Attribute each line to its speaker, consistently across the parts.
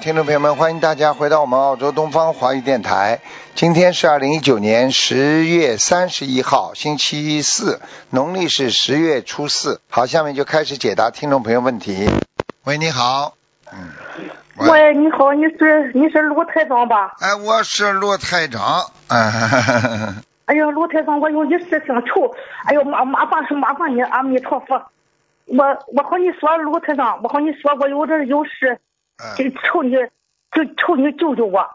Speaker 1: 听众朋友们，欢迎大家回到我们澳洲东方华语电台。今天是二零一九年十月三十一号，星期四，农历是十月初四。好，下面就开始解答听众朋友问题。喂，你好。嗯。喂。
Speaker 2: 喂，你好，你是你是卢台长吧？
Speaker 1: 哎，我是罗台长。 嗯，
Speaker 2: 哎呀，卢台长，我有一事情求，哎呦，麻麻烦是麻烦你，阿弥陀佛。我我和你说，卢台长，我和你说，我有点有事，就
Speaker 1: 嗯
Speaker 2: 求你，就求你救救我。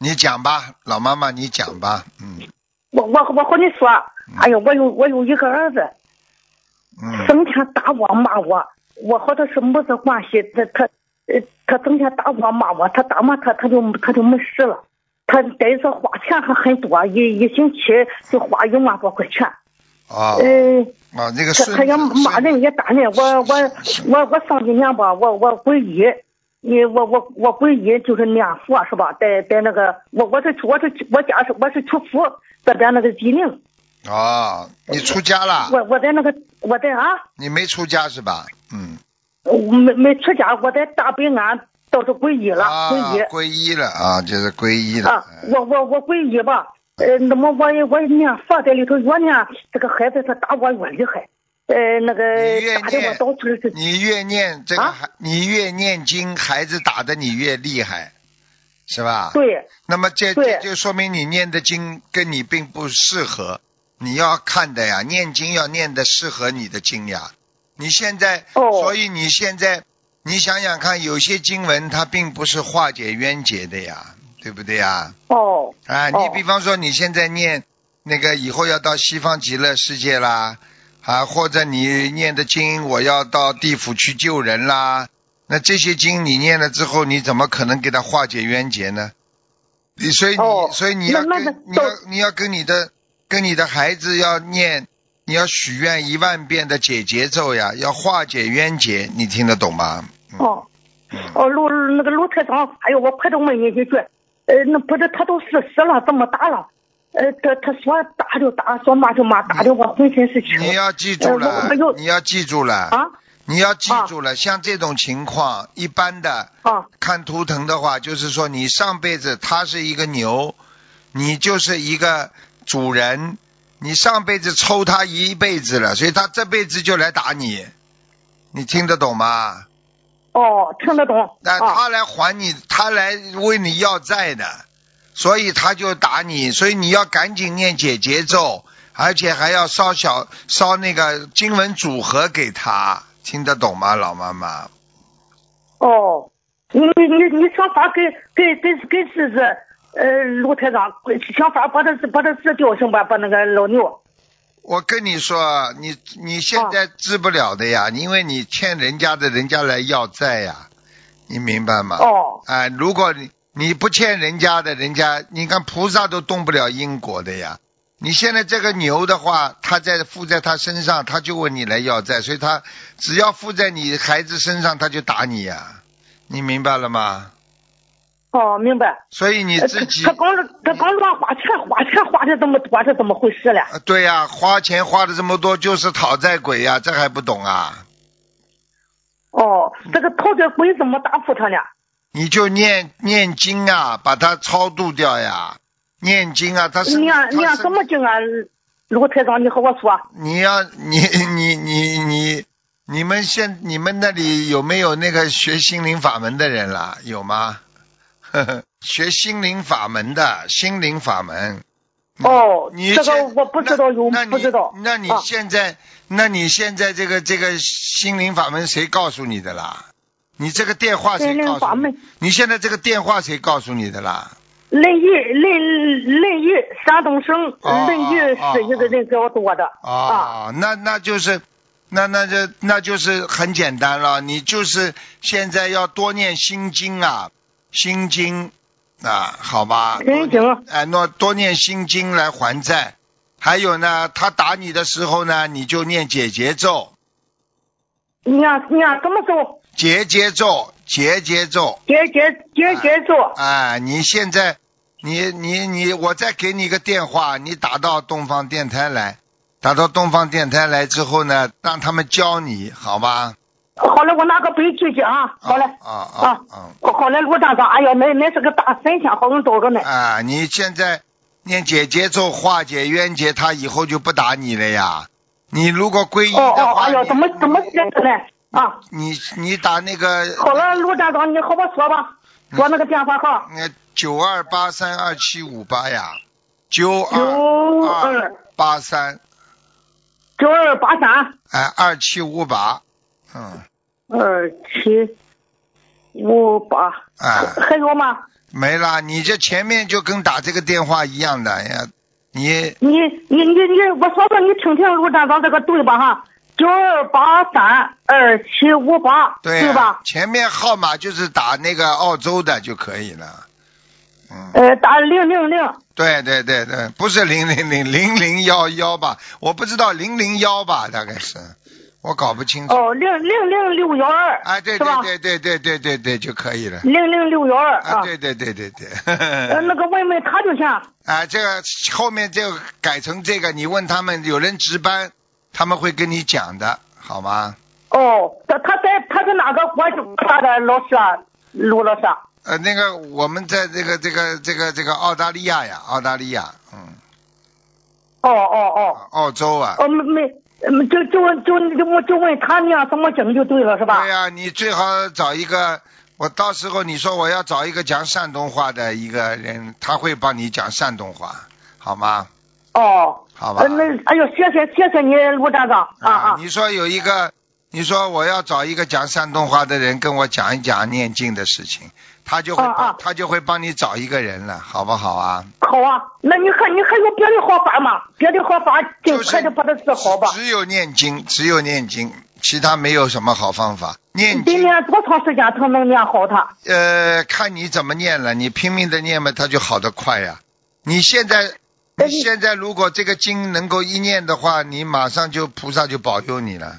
Speaker 1: 你讲吧，老妈妈，你讲吧。嗯
Speaker 2: 我我我和你说，哎呀，我有我有一个儿子，
Speaker 1: 嗯
Speaker 2: 整天打我骂我，我和他是母子关系，他他呃他整天打我骂我，他打骂他他就他就没事了，他得是花钱还很多，一一星期就花一万多块钱，
Speaker 1: 哦
Speaker 2: 呃。
Speaker 1: 哦，那个
Speaker 2: 他
Speaker 1: 孙
Speaker 2: 他也
Speaker 1: 子
Speaker 2: 骂人也打人，我我我我上几年吧，我我皈依，你我我我皈依就是念佛是吧？在在那个我我是我是我家是我是曲阜这边那个济宁，
Speaker 1: 哦，你出家了？
Speaker 2: 我我在那个我在啊，
Speaker 1: 你没出家是吧？嗯。
Speaker 2: 我没没出家，我在大北安倒是皈依了，
Speaker 1: 啊，
Speaker 2: 皈依
Speaker 1: 皈依了啊，就是皈依了。
Speaker 2: 啊，
Speaker 1: 嗯
Speaker 2: 我我我皈依吧，呃，那么我也我也念佛在里头越念，这个孩子他打我越厉害，呃，那
Speaker 1: 你
Speaker 2: 个
Speaker 1: 越
Speaker 2: 打的我
Speaker 1: 念
Speaker 2: 到处是，
Speaker 1: 你越念这个
Speaker 2: 啊
Speaker 1: 孩，你越念经，孩子打的你越厉害，是吧？。
Speaker 2: 对
Speaker 1: 那么这
Speaker 2: 对
Speaker 1: 这就说明你念的经跟你并不适合，你要看的呀，念经要念的适合你的经呀。你现在，
Speaker 2: 哦
Speaker 1: 所以你现在，你想想看，有些经文它并不是化解冤结的呀，对不对呀？
Speaker 2: 哦
Speaker 1: 啊，你
Speaker 2: 哦
Speaker 1: 比方说你现在念那个以后要到西方极乐世界啦，啊，或者你念的经我要到地府去救人啦，那这些经你念了之后，你怎么可能给他化解冤结呢？你所以你、
Speaker 2: 哦
Speaker 1: 所以你要
Speaker 2: 那
Speaker 1: 跟
Speaker 2: 那
Speaker 1: 你
Speaker 2: 那
Speaker 1: 要你要跟你的跟你的孩子要念，你要许愿一万遍的解结咒呀，要化解冤结，你听得懂吗？
Speaker 2: 哦。
Speaker 1: 嗯，
Speaker 2: 哦，卢那个卢台长，哎呦，我快ต้อง问你一句，呃，那不是他都四十了，这么大了，呃，他他说打就打，说骂就骂，打的我浑身是青。
Speaker 1: 你要记住
Speaker 2: 呃
Speaker 1: 了
Speaker 2: 我我，又
Speaker 1: 你要记住了
Speaker 2: 啊
Speaker 1: 你要记住了，像这种情况，一般的
Speaker 2: 啊
Speaker 1: 看图腾的话，就是说你上辈子他是一个牛，你就是一个主人，你上辈子抽他一辈子了，所以他这辈子就来打你，你听得懂吗？
Speaker 2: 哦，听得懂
Speaker 1: 那
Speaker 2: 啊
Speaker 1: 他来还你，他来问你要债的，所以他就打你，所以你要赶紧念解结咒，而且还要烧小烧那个经文组合给他，听得懂吗，老妈妈？
Speaker 2: 哦，你你你你想法给给给给试试，呃，卢台长想法把他把他治掉行吧，把那个老牛。
Speaker 1: 我跟你说，你你现在治不了的呀，因为你欠人家的，人家来要债呀，你明白吗？
Speaker 2: 哦
Speaker 1: 啊、如果你你不欠人家的，人家你看菩萨都动不了因果的呀。你现在这个牛的话，它在附在他身上，他就问你来要债，所以他只要附在你孩子身上，他就打你呀。你明白了吗？
Speaker 2: 哦，明白。
Speaker 1: 所以你
Speaker 2: 呃
Speaker 1: 自己
Speaker 2: 他他光他光乱花钱，花钱花的这么多，是怎么回事嘞？
Speaker 1: 啊对呀、花钱花的这么多就是讨债鬼呀、这还不懂啊？
Speaker 2: 哦，这个讨债鬼怎么答复他呢？
Speaker 1: 你就念念经啊，把它超度掉呀。念经啊，他是
Speaker 2: 你呀，
Speaker 1: 他
Speaker 2: 你呀，
Speaker 1: 是
Speaker 2: 怎么讲啊？卢台长，你和我说，啊
Speaker 1: 你要你 你你你你们现你们那里有没有那个学心灵法门的人啦？有吗？ 呵呵，学心灵法门的心灵法门，
Speaker 2: 哦，
Speaker 1: 嗯你
Speaker 2: 这个
Speaker 1: 现
Speaker 2: 我不知道有
Speaker 1: 那那你
Speaker 2: 不知道。
Speaker 1: 那你
Speaker 2: 啊
Speaker 1: 现在、那你现在这个这个心灵法门谁告诉你的啦？你这个电话谁
Speaker 2: 心灵
Speaker 1: 告诉
Speaker 2: 法
Speaker 1: 你
Speaker 2: 门？
Speaker 1: 你现在这个电话谁告诉你的啦？
Speaker 2: 临沂临临沂山东省
Speaker 1: 哦
Speaker 2: 临沂市一个人较多的啊。
Speaker 1: 哦，那那就是，那那就那就是很简单了，你就是现在要多念心经啊，心经啊，好吧？
Speaker 2: 心经
Speaker 1: 多念哎，那多念心经来还债。还有呢，他打你的时候呢，你就念解结咒，
Speaker 2: 你呀你呀，怎么走？
Speaker 1: 解结咒，解结咒。
Speaker 2: 节节节节奏
Speaker 1: 哎，你现在，你你你，我再给你一个电话，你打到东方电台来，打到东方电台来之后呢，让他们教你，好吧？
Speaker 2: 好了，我拿个杯举举啊，好嘞，
Speaker 1: 啊啊啊
Speaker 2: 好嘞，卢站长，哎呀，那那是个大神仙，好人找着呢
Speaker 1: 啊！。啊，你现在念姐姐咒化解冤结，他以后就不打你了呀。你如果皈依
Speaker 2: 哦
Speaker 1: 的
Speaker 2: 哦，
Speaker 1: 话，
Speaker 2: 哎呀，
Speaker 1: 你
Speaker 2: 怎么怎么这个呢？啊，
Speaker 1: 你你打那个
Speaker 2: 好了，卢站长，你和我说吧，说那个电话号，
Speaker 1: 那九二八三二七五八呀，九
Speaker 2: 九
Speaker 1: 二
Speaker 2: 二
Speaker 1: 八三
Speaker 2: 九二八三
Speaker 1: 哎二七五八，嗯，
Speaker 2: 二呃七五八，
Speaker 1: 哎
Speaker 2: 还有吗？
Speaker 1: 没啦，你这前面就跟打这个电话一样的哎呀，你
Speaker 2: 你你你你，我说说你听听卢站长这个对吧哈？九二八三二七五八，
Speaker 1: 对啊呀
Speaker 2: 吧？
Speaker 1: 前面号码就是打那个澳洲的就可以了，嗯，
Speaker 2: 呃，打零零零，
Speaker 1: 对对对对，不是零零零零零幺幺吧？我不知道零零幺吧，大概是，我搞不清楚。
Speaker 2: 哦，零零零六幺二，
Speaker 1: 哎，对
Speaker 2: 是吧？
Speaker 1: 对对对对对对对就可以了。
Speaker 2: 零零六幺二
Speaker 1: 啊，对对对对对，
Speaker 2: 呃，那个问问他就行。
Speaker 1: 啊，这个后面就改成这个，你问他们有人值班，他们会跟你讲的，好吗？
Speaker 2: 哦，他他在他是哪个国家的老师啊？卢老师啊？
Speaker 1: 呃，那个我们在这个这个这个这个澳大利亚呀，澳大利亚，嗯，
Speaker 2: 哦哦哦，
Speaker 1: 澳洲啊，
Speaker 2: 哦没没，嗯就就就就我就问他那样怎么整就对了是吧
Speaker 1: 对？呀、你最好找一个，我到时候你说我要找一个讲山东话的一个人，他会帮你讲山东话，好吗？
Speaker 2: 哦，
Speaker 1: 好吧
Speaker 2: 呃，。那哎呦，谢谢谢谢你卢站长啊啊
Speaker 1: 你说有一个，你说我要找一个讲山东话的人跟我讲一讲念经的事情，他就会帮、
Speaker 2: 啊啊
Speaker 1: 他就会帮你找一个人了，好不好啊？
Speaker 2: 好啊，那你看你还有别的好法吗？别的好法尽
Speaker 1: 就是
Speaker 2: 快的把他治好吧。
Speaker 1: 只有念经，只有念经，其他没有什么好方法。念
Speaker 2: 得
Speaker 1: 经，
Speaker 2: 念多长时间才能念好他？
Speaker 1: 呃，看你怎么念了，你拼命的念嘛，他就好得快呀、你现在，
Speaker 2: 哎
Speaker 1: 你现在如果这个经能够一念的话，你马上就菩萨就保佑你了。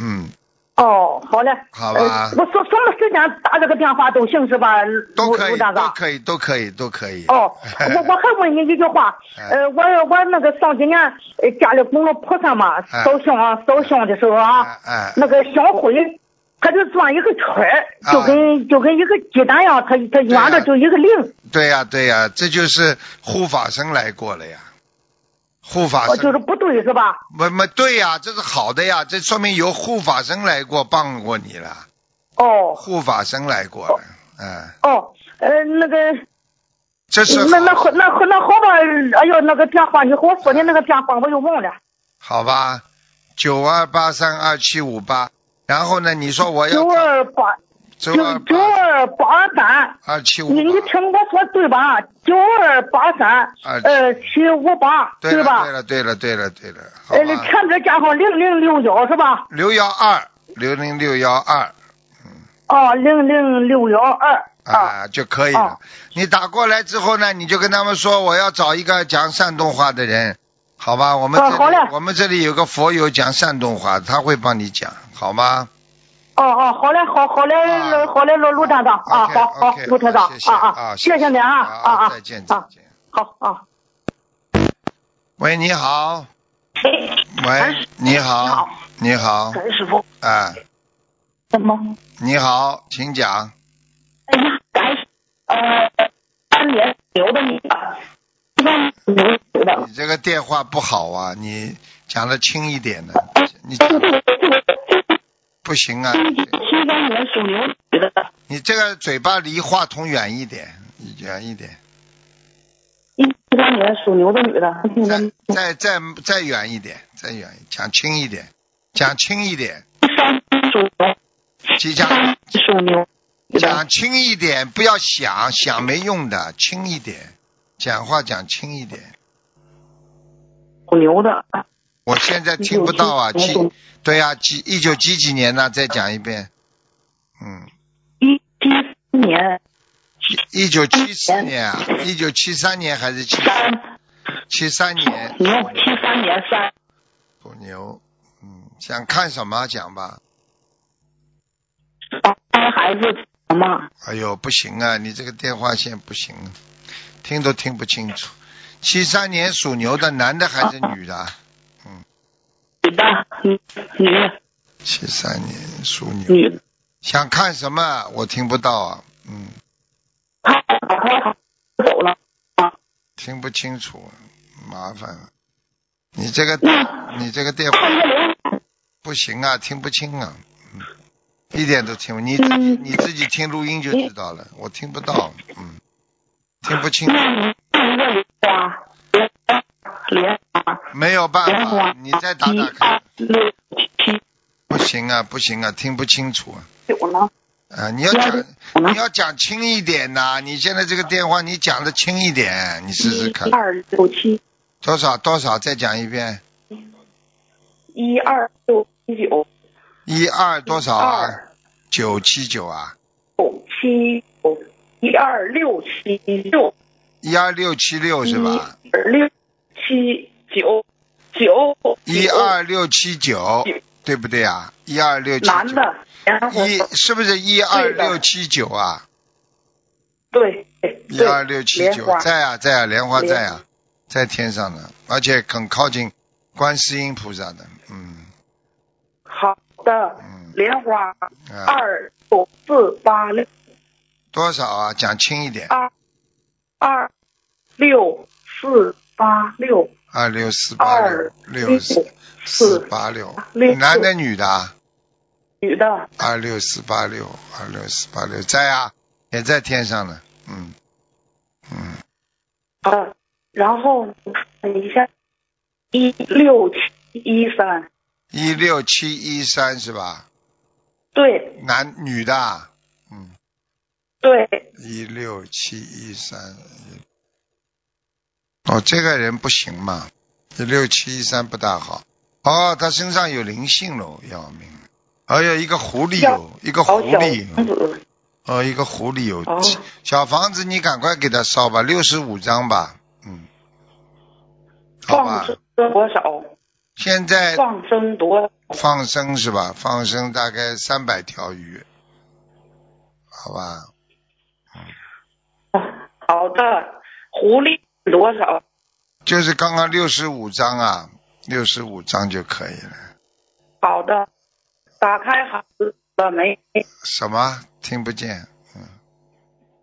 Speaker 1: 嗯，
Speaker 2: 哦，好嘞。
Speaker 1: 好吧
Speaker 2: 呃我说什么时间打这个电话都行是吧？
Speaker 1: 都
Speaker 2: 卢
Speaker 1: 可以，
Speaker 2: 卢站
Speaker 1: 都
Speaker 2: 长。
Speaker 1: 可以，都可以，都可以。，
Speaker 2: 哦，我我还问你一句话呃，我我那个上几年呃家里供了菩萨嘛，
Speaker 1: 哎
Speaker 2: 烧香啊烧香的时候啊，
Speaker 1: 哎，
Speaker 2: 那个香灰，它就转一个圈儿，就跟就跟一个鸡蛋一样，它它
Speaker 1: 啊对呀
Speaker 2: 圆的就一个零，
Speaker 1: 对呀、对呀、这就是护法神来过了呀。护法
Speaker 2: 哦，
Speaker 1: 神，
Speaker 2: 就是不对是吧？
Speaker 1: 没没对呀、这是好的呀，这说明有护法神来过帮过你了，
Speaker 2: 哦
Speaker 1: 护法神来过了，嗯，
Speaker 2: 哦，呃，那个
Speaker 1: 这是
Speaker 2: 那那
Speaker 1: 好
Speaker 2: 好那好那好吧，哎呦，那个电话你和我说的那个电话我又忘了，
Speaker 1: 好吧，九二八三二七五八，然后呢，你说我要
Speaker 2: 九二八
Speaker 1: 哎九
Speaker 2: 九
Speaker 1: 二
Speaker 2: 九
Speaker 1: 八
Speaker 2: 二八三。
Speaker 1: 二七五
Speaker 2: 你你
Speaker 1: 八，
Speaker 2: 听我说对吧？九二八三二七五八，
Speaker 1: 啊对了
Speaker 2: 吧
Speaker 1: 对？了对了对了对了，好
Speaker 2: 呃，
Speaker 1: 吧，
Speaker 2: 前边加上零零六幺是吧？
Speaker 1: 六幺二六零六幺二
Speaker 2: 哦，零零六幺二啊。
Speaker 1: 啊就可以了
Speaker 2: 啊。
Speaker 1: 你打过来之后呢，你就跟他们说我要找一个讲山东话的人，好吧？我们这
Speaker 2: 啊
Speaker 1: 里、
Speaker 2: 好嘞
Speaker 1: 我们这里有个佛友讲山东话，他会帮你讲，好吗？
Speaker 2: 哦哦，好嘞，好好嘞，
Speaker 1: 啊
Speaker 2: 好嘞，卢卢站长啊，
Speaker 1: OK，
Speaker 2: 好好
Speaker 1: OK，，
Speaker 2: 卢台长
Speaker 1: 谢谢
Speaker 2: 啊
Speaker 1: 啊，
Speaker 2: 谢谢您啊
Speaker 1: 好
Speaker 2: 啊啊，
Speaker 1: 再见再
Speaker 2: 啊，
Speaker 1: 见。
Speaker 2: 好啊。
Speaker 1: 喂，你好，
Speaker 3: 哎，
Speaker 1: 喂，你好，你好，
Speaker 3: 陈师傅，
Speaker 1: 啊，
Speaker 3: 怎么？
Speaker 1: 你好，请讲。
Speaker 3: 哎呀，哎，呃，三年留的你吧，三年留的，
Speaker 1: 你这个电话不好啊，你讲的轻一点呢，你
Speaker 3: 这
Speaker 1: 讲
Speaker 3: 个这个
Speaker 1: 不行啊，
Speaker 3: 七三年属牛女的，
Speaker 1: 你这个嘴巴离话筒远一点，远一点。
Speaker 3: 一七三年属牛的女的，听
Speaker 1: 再
Speaker 3: 见
Speaker 1: 再再再远一点，再远一点，讲轻一点，讲轻一点，
Speaker 3: 三属牛，
Speaker 1: 即
Speaker 3: 三
Speaker 1: 讲
Speaker 3: 属牛女的，
Speaker 1: 讲轻一点，不要想想没用的，轻一点，讲话讲轻一点。
Speaker 3: 属牛的，
Speaker 1: 我现在听不到啊，几对啊，几一九几几年呢？再讲一遍，嗯，
Speaker 3: 一七四年
Speaker 1: 一九七四年啊，一九七三年还是七
Speaker 3: 三
Speaker 1: 七三年？
Speaker 3: 牛，七三年三
Speaker 1: 属牛，嗯，想看什么讲吧。
Speaker 3: 三孩子什么？
Speaker 1: 哎呦，不行啊！你这个电话线不行，啊听都听不清楚。七三年啊属牛的，男的还是女的？
Speaker 3: 女的，女女
Speaker 1: 七三年属牛，
Speaker 3: 女，
Speaker 1: 想看什么？我听不到啊，嗯，
Speaker 3: 她把她走了啊，
Speaker 1: 听不清楚，麻烦了。你这个
Speaker 3: 那
Speaker 1: 你这个电话
Speaker 3: 看一个流产，
Speaker 1: 不行啊，听不清啊，嗯，一点都听不。你自己你自己听录音就知道了，我听不到，嗯，听不清，
Speaker 3: 那你看一个莲花，莲花，莲花，
Speaker 1: 没有办
Speaker 3: 莲
Speaker 1: 法
Speaker 3: 花，，
Speaker 1: 你再打打
Speaker 3: 一二
Speaker 1: 看，
Speaker 3: 六七
Speaker 1: 不行啊，不行啊，听不清楚啊，
Speaker 3: 九呢，
Speaker 1: 啊，你要讲
Speaker 3: 我呢
Speaker 1: 你要讲轻一点呐、你现在这个电话你讲的轻一点，你试试看
Speaker 3: 一，二六七，
Speaker 1: 多少多少，再讲一遍，
Speaker 3: 一二六七九，
Speaker 1: 一二多少啊？
Speaker 3: 二
Speaker 1: 九七九啊，
Speaker 3: 九七九，一二六七六，
Speaker 1: 一二六七六是吧？
Speaker 3: 一二六七九九，
Speaker 1: 一
Speaker 3: 九
Speaker 1: 二六七九
Speaker 3: 九，
Speaker 1: 对不对啊？一二六七
Speaker 3: 男
Speaker 1: 九，
Speaker 3: 的，然后
Speaker 1: 一是不是一二六七九啊？
Speaker 3: 对对，
Speaker 1: 一二六七
Speaker 3: 莲
Speaker 1: 九
Speaker 3: 花
Speaker 1: 在啊在啊，莲花
Speaker 3: 莲
Speaker 1: 在啊，在天上呢，而且很靠近观世音菩萨的，嗯
Speaker 3: 好的，
Speaker 1: 嗯
Speaker 3: 莲花
Speaker 1: 啊，
Speaker 3: 二九四八六
Speaker 1: 多少啊？讲轻一点，
Speaker 3: 二二六四八六
Speaker 1: 二六四八六
Speaker 3: 二
Speaker 1: 六四四八六
Speaker 3: 六，
Speaker 1: 男的女的啊？
Speaker 3: 女的，
Speaker 1: 二六四八六二六四八六在啊，也在天上呢，嗯嗯，
Speaker 3: 呃，然后看一下一六七一三，
Speaker 1: 一六七一三是吧？
Speaker 3: 对
Speaker 1: 男女的啊，嗯。
Speaker 3: 对，
Speaker 1: 一六七一三。哦，这个人不行嘛，一六七一三不大好。哦，他身上有灵性喽，要命！还有一个狐狸有，一个狐
Speaker 3: 好小
Speaker 1: 狸
Speaker 3: 房
Speaker 1: 有，
Speaker 3: 子，
Speaker 1: 哦，一个狐狸有。
Speaker 3: 哦
Speaker 1: 小房子，你赶快给他烧吧，六十五张吧，嗯，好
Speaker 3: 放
Speaker 1: 吧。
Speaker 3: 生多少？
Speaker 1: 现在
Speaker 3: 放生多少？
Speaker 1: 放生是吧？放生大概三百条鱼，好吧？
Speaker 3: 好的，狐狸多少？
Speaker 1: 就是刚刚六十五张啊，六十五张就可以了。
Speaker 3: 好的，打开好了没？
Speaker 1: 什么？听不见？嗯，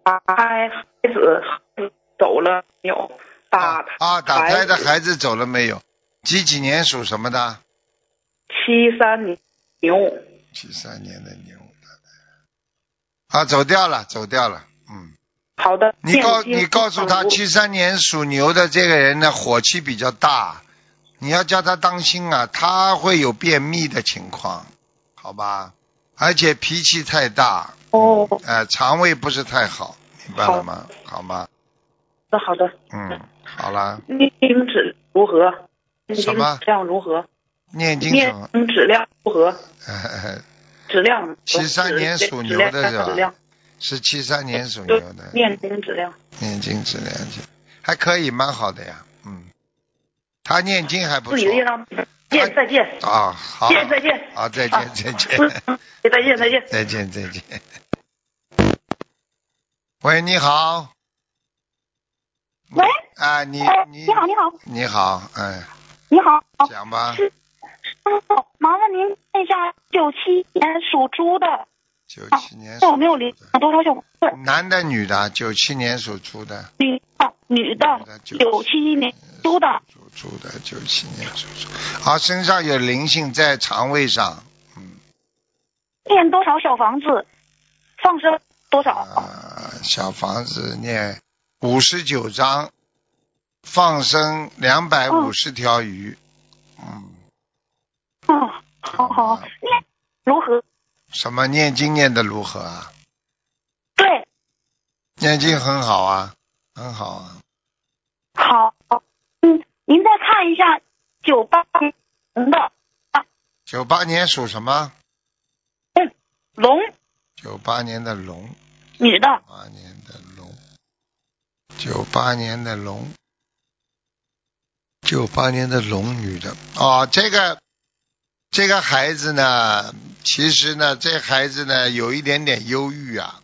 Speaker 3: 打开孩子走了没有？打
Speaker 1: 啊，打胎的
Speaker 3: 孩子
Speaker 1: 孩子走了没有？几几年属什么的？
Speaker 3: 七三年牛，
Speaker 1: 七三年的牛啊，走掉了，走掉了。嗯，
Speaker 3: 好的。
Speaker 1: 你告
Speaker 3: 念经
Speaker 1: 你告诉他，
Speaker 3: 放生
Speaker 1: 七三年属牛的这个人呢，火气比较大，你要叫他当心啊，他会有便秘的情况，好吧？而且脾气太大，
Speaker 3: 哦，
Speaker 1: 呃，肠胃不是太好，明白了吗？好吗？
Speaker 3: 那好的，
Speaker 1: 嗯，好啦，
Speaker 3: 念经质如何？念
Speaker 1: 什
Speaker 3: 经
Speaker 1: 么
Speaker 3: 质量如何？
Speaker 1: 念经呃什
Speaker 3: 念
Speaker 1: 么？
Speaker 3: 经质量如何？质量如何
Speaker 1: 73年属牛的是吧
Speaker 3: 质量
Speaker 1: 是七三年属牛
Speaker 3: 对
Speaker 1: 的，
Speaker 3: 念经质量
Speaker 1: 念经质量就还可以，蛮好的呀，嗯，他念经还不
Speaker 2: 自己的业
Speaker 1: 错
Speaker 2: 障。见再见，
Speaker 1: 啊，好，
Speaker 2: 见再见，
Speaker 1: 好，再见，再
Speaker 3: 嗯
Speaker 2: 不
Speaker 1: 见，嗯
Speaker 2: 是再见再见。
Speaker 1: 再见，再见。喂，你好。
Speaker 4: 喂。
Speaker 1: 啊，你
Speaker 4: 哎，
Speaker 1: 你
Speaker 4: 你好，你好，
Speaker 1: 你好，哎，
Speaker 4: 你好，
Speaker 1: 讲吧，
Speaker 4: 是师傅，麻烦您看一下九七年属猪的，
Speaker 1: 九七年
Speaker 4: 有
Speaker 1: 属
Speaker 4: 没有领
Speaker 3: 啊
Speaker 4: 多少小房子？
Speaker 1: 男的女的，啊九七年属猪的，
Speaker 4: 女
Speaker 3: 啊
Speaker 4: 的，女的
Speaker 1: 女的，
Speaker 4: 九七年猪的，
Speaker 1: 属猪的，九七年属猪，啊，身上有灵性在肠胃上，嗯。
Speaker 4: 念多少小房子？放生多少？
Speaker 1: 啊，小房子念五十九章，放生两百五十条鱼。嗯，
Speaker 4: 嗯，好好，
Speaker 1: 吧
Speaker 4: 念如何？
Speaker 1: 啊什么念经念的如何啊？
Speaker 4: 对，
Speaker 1: 念经很好啊，很好啊。
Speaker 4: 好，嗯，您再看一下九八年的
Speaker 1: 九八年属什么？
Speaker 4: 龙
Speaker 1: 九八年的龙，
Speaker 4: 女的
Speaker 1: 九，八年的龙，九八年的龙，九八年的龙女的哦，这个这个孩子呢，其实呢，这孩子呢有一点点忧郁啊，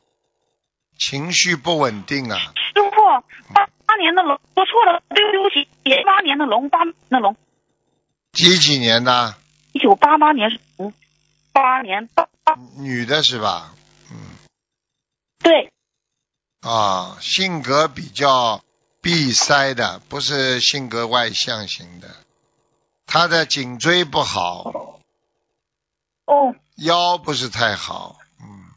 Speaker 1: 情绪不稳定啊，
Speaker 4: 师傅，八八年的龙，说错了，对不起，八年的龙，八年的龙。
Speaker 1: 几几年呢？
Speaker 4: 一九八八年是，嗯，八年八八
Speaker 1: 女的是吧？嗯
Speaker 4: 对，
Speaker 1: 啊，性格比较闭塞的，不是性格外向型的。她的颈椎不好，
Speaker 4: 哦，
Speaker 1: 腰不是太好，嗯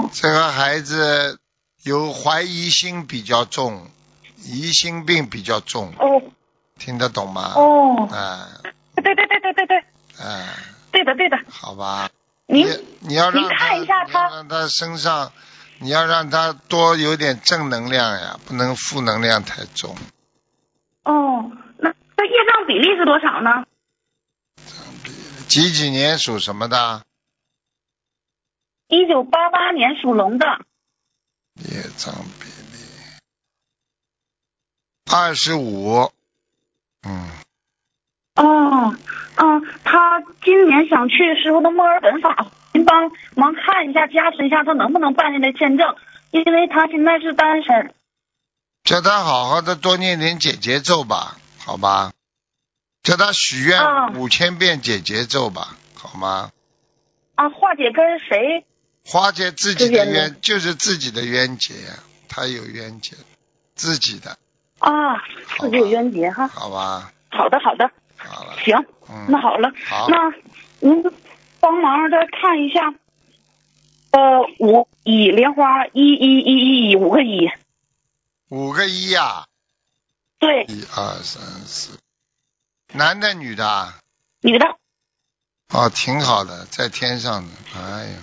Speaker 4: 哦，
Speaker 1: 这个孩子有怀疑心比较重，疑心病比较重，
Speaker 4: 哦，
Speaker 1: 听得懂吗？
Speaker 4: 哦，
Speaker 1: 啊
Speaker 4: 对对对对对对，
Speaker 1: 啊，
Speaker 4: 对的对的，
Speaker 1: 好吧。
Speaker 4: 您
Speaker 1: 你你要让
Speaker 4: 您看一下他
Speaker 1: 他，你要让他身上，你要让他多有点正能量呀，不能负能量太重。
Speaker 4: 哦，那那业障比例是多少呢？
Speaker 1: 几几年属什么的？
Speaker 4: 一九八八年属龙的，
Speaker 1: 业障比例二十五，嗯，
Speaker 4: 哦，嗯，他今年想去师傅的墨尔本法，您帮忙看一下，加持一下，他能不能办下来签证？因为他现在是单身。
Speaker 1: 叫他好好的多念点解结咒吧，好吧？叫他许愿
Speaker 4: 嗯
Speaker 1: 五千遍解结咒吧，好吗？
Speaker 4: 啊，化解跟谁？
Speaker 1: 化解自己的
Speaker 4: 之前的
Speaker 1: 冤，就是自己的冤结，他有冤结，自己的，
Speaker 4: 啊，自己有冤结哈。
Speaker 1: 好吧？
Speaker 4: 好的，好的，
Speaker 1: 好了，
Speaker 4: 行，
Speaker 1: 嗯，
Speaker 4: 那好了，
Speaker 1: 好
Speaker 4: 那您帮忙再看一下，呃，五乙莲花一一一一一五个一，
Speaker 1: 五个一呀、
Speaker 4: 对，
Speaker 1: 一二三四，男的女的啊？
Speaker 4: 女的。
Speaker 1: 哦，挺好的，在天上的，哎呀，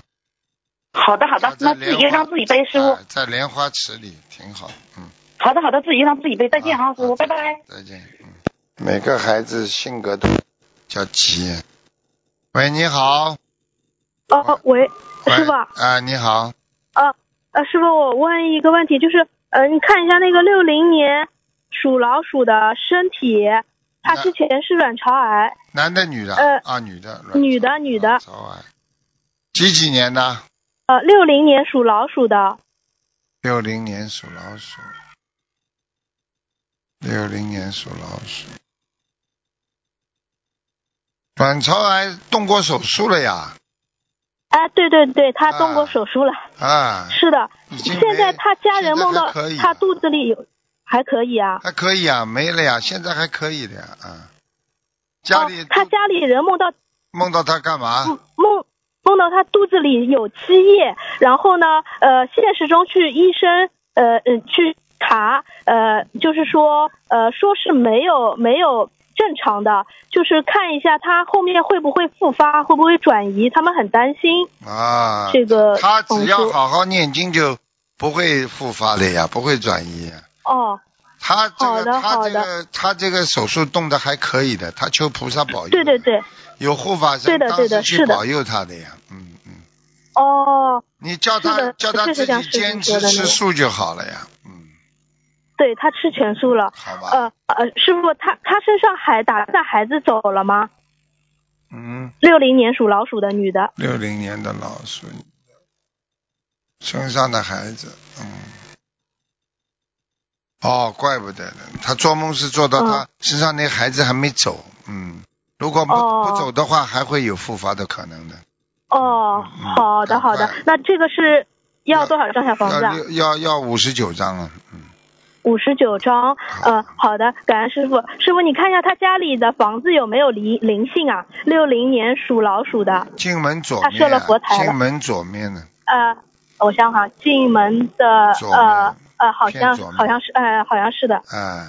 Speaker 4: 好的，好
Speaker 1: 好
Speaker 4: 的
Speaker 1: 的，
Speaker 4: 那自己就让自己背，师傅
Speaker 1: 哎。在莲花池里挺好，嗯。
Speaker 4: 好的，好的，自己让自己背，再见啊，师傅，
Speaker 1: 好
Speaker 4: 拜拜。。
Speaker 1: 再见，嗯。每个孩子性格都叫急。喂，你好，
Speaker 5: 哦，喂，
Speaker 1: 喂
Speaker 5: 师傅，
Speaker 1: 啊、你好，
Speaker 5: 呃，师傅，我问一个问题，就是，呃，你看一下那个六零年属老鼠的身体，她
Speaker 1: 那
Speaker 5: 之前是卵巢癌，
Speaker 1: 男的女的？
Speaker 5: 呃
Speaker 1: 啊，女的。啊
Speaker 5: 女的女的
Speaker 1: 早晚。几几年的？
Speaker 5: 呃，六零年属老鼠的，
Speaker 1: 六零年属老鼠。六零年属老鼠。卵巢癌动过手术了呀？
Speaker 5: 哎，对对对，她动
Speaker 1: 啊
Speaker 5: 过手术了，
Speaker 1: 啊，
Speaker 5: 是的，
Speaker 1: 已经
Speaker 5: 现在
Speaker 1: 没
Speaker 5: 她家
Speaker 1: 现
Speaker 5: 人
Speaker 1: 在
Speaker 5: 梦
Speaker 1: 还
Speaker 5: 到
Speaker 1: 可以
Speaker 5: 她
Speaker 1: 了
Speaker 5: 肚子里有，还可以啊，
Speaker 1: 还可以啊，没了呀，现在还可以的呀，啊。家里
Speaker 5: 哦，她家里人梦到
Speaker 1: 梦到他干嘛？
Speaker 5: 梦梦到她肚子里有积液，然后呢，呃，现实中去医生，呃，嗯，去查，呃，就是说，呃，说是没有没有正常的，就是看一下她后面会不会复发，会不会转移，他们很担心
Speaker 1: 啊，
Speaker 5: 这个
Speaker 1: 他只
Speaker 5: 同
Speaker 1: 要
Speaker 5: 修
Speaker 1: 好好念经就不会复发的呀，不会转移呀。
Speaker 5: 哦，
Speaker 1: 他这
Speaker 5: 好
Speaker 1: 个
Speaker 5: 的
Speaker 1: 他
Speaker 5: 好
Speaker 1: 这
Speaker 5: 的
Speaker 1: 个他这个手术动的还可以的，他求菩萨保佑。
Speaker 5: 对对，对，
Speaker 1: 有护法
Speaker 5: 对
Speaker 1: 神
Speaker 5: 的
Speaker 1: 当
Speaker 5: 对
Speaker 1: 时
Speaker 5: 的
Speaker 1: 去
Speaker 5: 是的
Speaker 1: 保佑他的呀。嗯嗯，
Speaker 5: 哦，
Speaker 1: 你叫
Speaker 5: 是
Speaker 1: 他
Speaker 5: 的
Speaker 1: 叫他
Speaker 5: 确
Speaker 1: 自
Speaker 5: 实像
Speaker 1: 己
Speaker 5: 师
Speaker 1: 坚
Speaker 5: 父
Speaker 1: 持
Speaker 5: 说的那
Speaker 1: 吃
Speaker 5: 样
Speaker 1: 素就好了呀。嗯，
Speaker 5: 对她吃全素了，
Speaker 1: 好吧。
Speaker 5: 呃呃，师傅，她她身上还打的孩子走了吗？
Speaker 1: 嗯，
Speaker 5: 六零年属老鼠的女的，
Speaker 1: 六零年的老鼠身上的孩子，嗯，哦，怪不得呢，他做梦是做到
Speaker 5: 嗯
Speaker 1: 他身上那孩子还没走，嗯，如果不、
Speaker 5: 哦
Speaker 1: 不走的话，还会有复发的可能的。
Speaker 5: 哦，
Speaker 1: 嗯
Speaker 5: 好的
Speaker 1: 赶
Speaker 5: 好的
Speaker 1: 快，
Speaker 5: 那这个是
Speaker 1: 要
Speaker 5: 要多少张小房子
Speaker 1: 要
Speaker 5: 啊？
Speaker 1: 六要要五十九张啊，嗯，
Speaker 5: 五十九张。呃，好的，感恩师傅。师傅，你看一下他家里的房子有没有灵灵性啊？六零年属老鼠的，
Speaker 1: 进门左
Speaker 5: 他
Speaker 1: 面、
Speaker 5: 设了佛
Speaker 1: 啊，
Speaker 5: 台了
Speaker 1: 进门左面呢，
Speaker 5: 呃，我想想，进门的
Speaker 1: 左面
Speaker 5: 呃呃，好像
Speaker 1: 偏左面
Speaker 5: 好像是呃好像是的，
Speaker 1: 哎，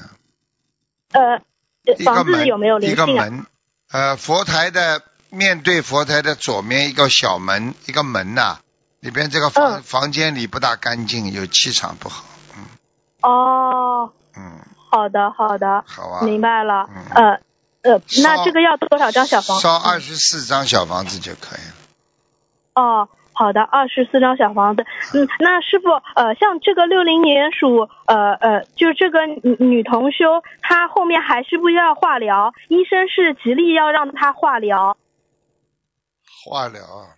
Speaker 5: 呃，
Speaker 1: 一个
Speaker 5: 房
Speaker 1: 门
Speaker 5: 子有没有灵
Speaker 1: 一个
Speaker 5: 性啊？
Speaker 1: 门，呃，佛台的面对佛台的左面一个小门，一个门呐、里边这个房、
Speaker 5: 嗯
Speaker 1: 房间里不大干净，有气场不好，
Speaker 5: 哦，
Speaker 1: 嗯，
Speaker 5: 好的好的，
Speaker 1: 好啊，
Speaker 5: 明白了
Speaker 1: 嗯。
Speaker 5: 呃呃，
Speaker 1: 烧
Speaker 5: 那这个要多少张小房？嗯
Speaker 1: 烧二十四张小房子就可以了。
Speaker 5: 哦，好的，二十四张小房子。嗯，那师傅，呃，像这个六零年属呃呃，就这个女女同修，她后面还需不需要化疗？医生是极力要让她化疗，
Speaker 1: 化疗啊，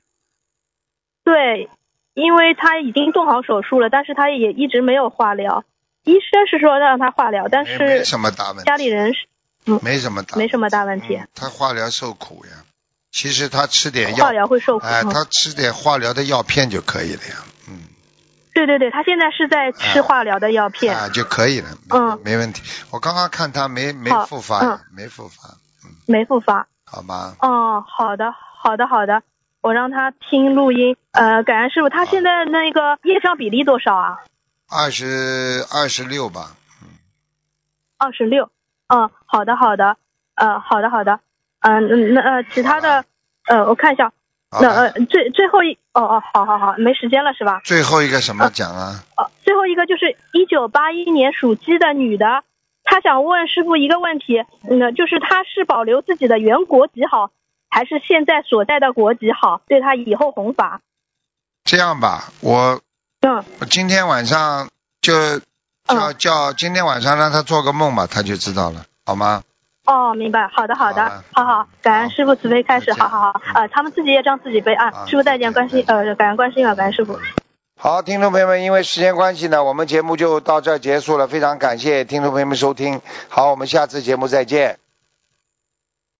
Speaker 5: 对，因为她已经做好手术了，但是她也一直没有化疗。医生是说让她化疗，但
Speaker 1: 没没
Speaker 5: 是
Speaker 1: 什么大问题，
Speaker 5: 家里人是
Speaker 1: 没什么大，
Speaker 5: 没什么大问
Speaker 1: 嗯
Speaker 5: 题。
Speaker 1: 他化疗受苦呀，其实他吃点药
Speaker 5: 化，疗会受苦。
Speaker 1: 哎，
Speaker 5: 嗯
Speaker 1: 他吃点化疗的药片就可以了呀，嗯，
Speaker 5: 对对对，他现在是在吃
Speaker 1: 哎
Speaker 5: 化疗的药片。
Speaker 1: 啊就可以了，没
Speaker 5: 嗯
Speaker 1: 没问题。我刚刚看他没没
Speaker 5: 好嗯
Speaker 1: 复发呀，没复发，
Speaker 5: 没复发。
Speaker 1: 好吗？
Speaker 5: 哦，好的，好的，好的，我让他听录音。呃，感恩师傅，他现在那个业障比例多少啊？
Speaker 1: 二十二十六吧，
Speaker 5: 二十六。嗯，好的，好的，呃，好的，好的，嗯、那呃，其他的，呃，我看一下，
Speaker 1: 好
Speaker 5: 那呃
Speaker 1: 吧。，
Speaker 5: 最最后一，哦哦，好好好，没时间了是吧？
Speaker 1: 最后一个什么讲啊？
Speaker 5: 哦，最后一个就是一九八一年属鸡的女的，她想问师傅一个问题，嗯，就是她是保留自己的原国籍好，还是现在所在的国籍好？对她以后弘法？
Speaker 1: 这样吧，我
Speaker 5: 嗯，
Speaker 1: 我今天晚上就叫、叫今天晚上让他做个梦吧，他就知道了，好吗？
Speaker 5: 哦，明白，好的，好
Speaker 1: 好
Speaker 5: 的
Speaker 1: 了，
Speaker 5: 好好，感恩
Speaker 1: 好
Speaker 5: 师傅慈悲开
Speaker 1: 再
Speaker 5: 示，
Speaker 1: 见
Speaker 5: 好好好，
Speaker 1: 嗯
Speaker 5: 呃，他们自己业障自己背
Speaker 1: 好
Speaker 5: 啊，师傅再
Speaker 1: 再见
Speaker 5: 见，关心
Speaker 1: 再
Speaker 5: 呃，感恩关心啊，感恩师傅。
Speaker 1: 好，听众朋友们，因为时间关系呢，我们节目就到这儿结束了，非常感谢听众朋友们收听，好，我们下次节目再见。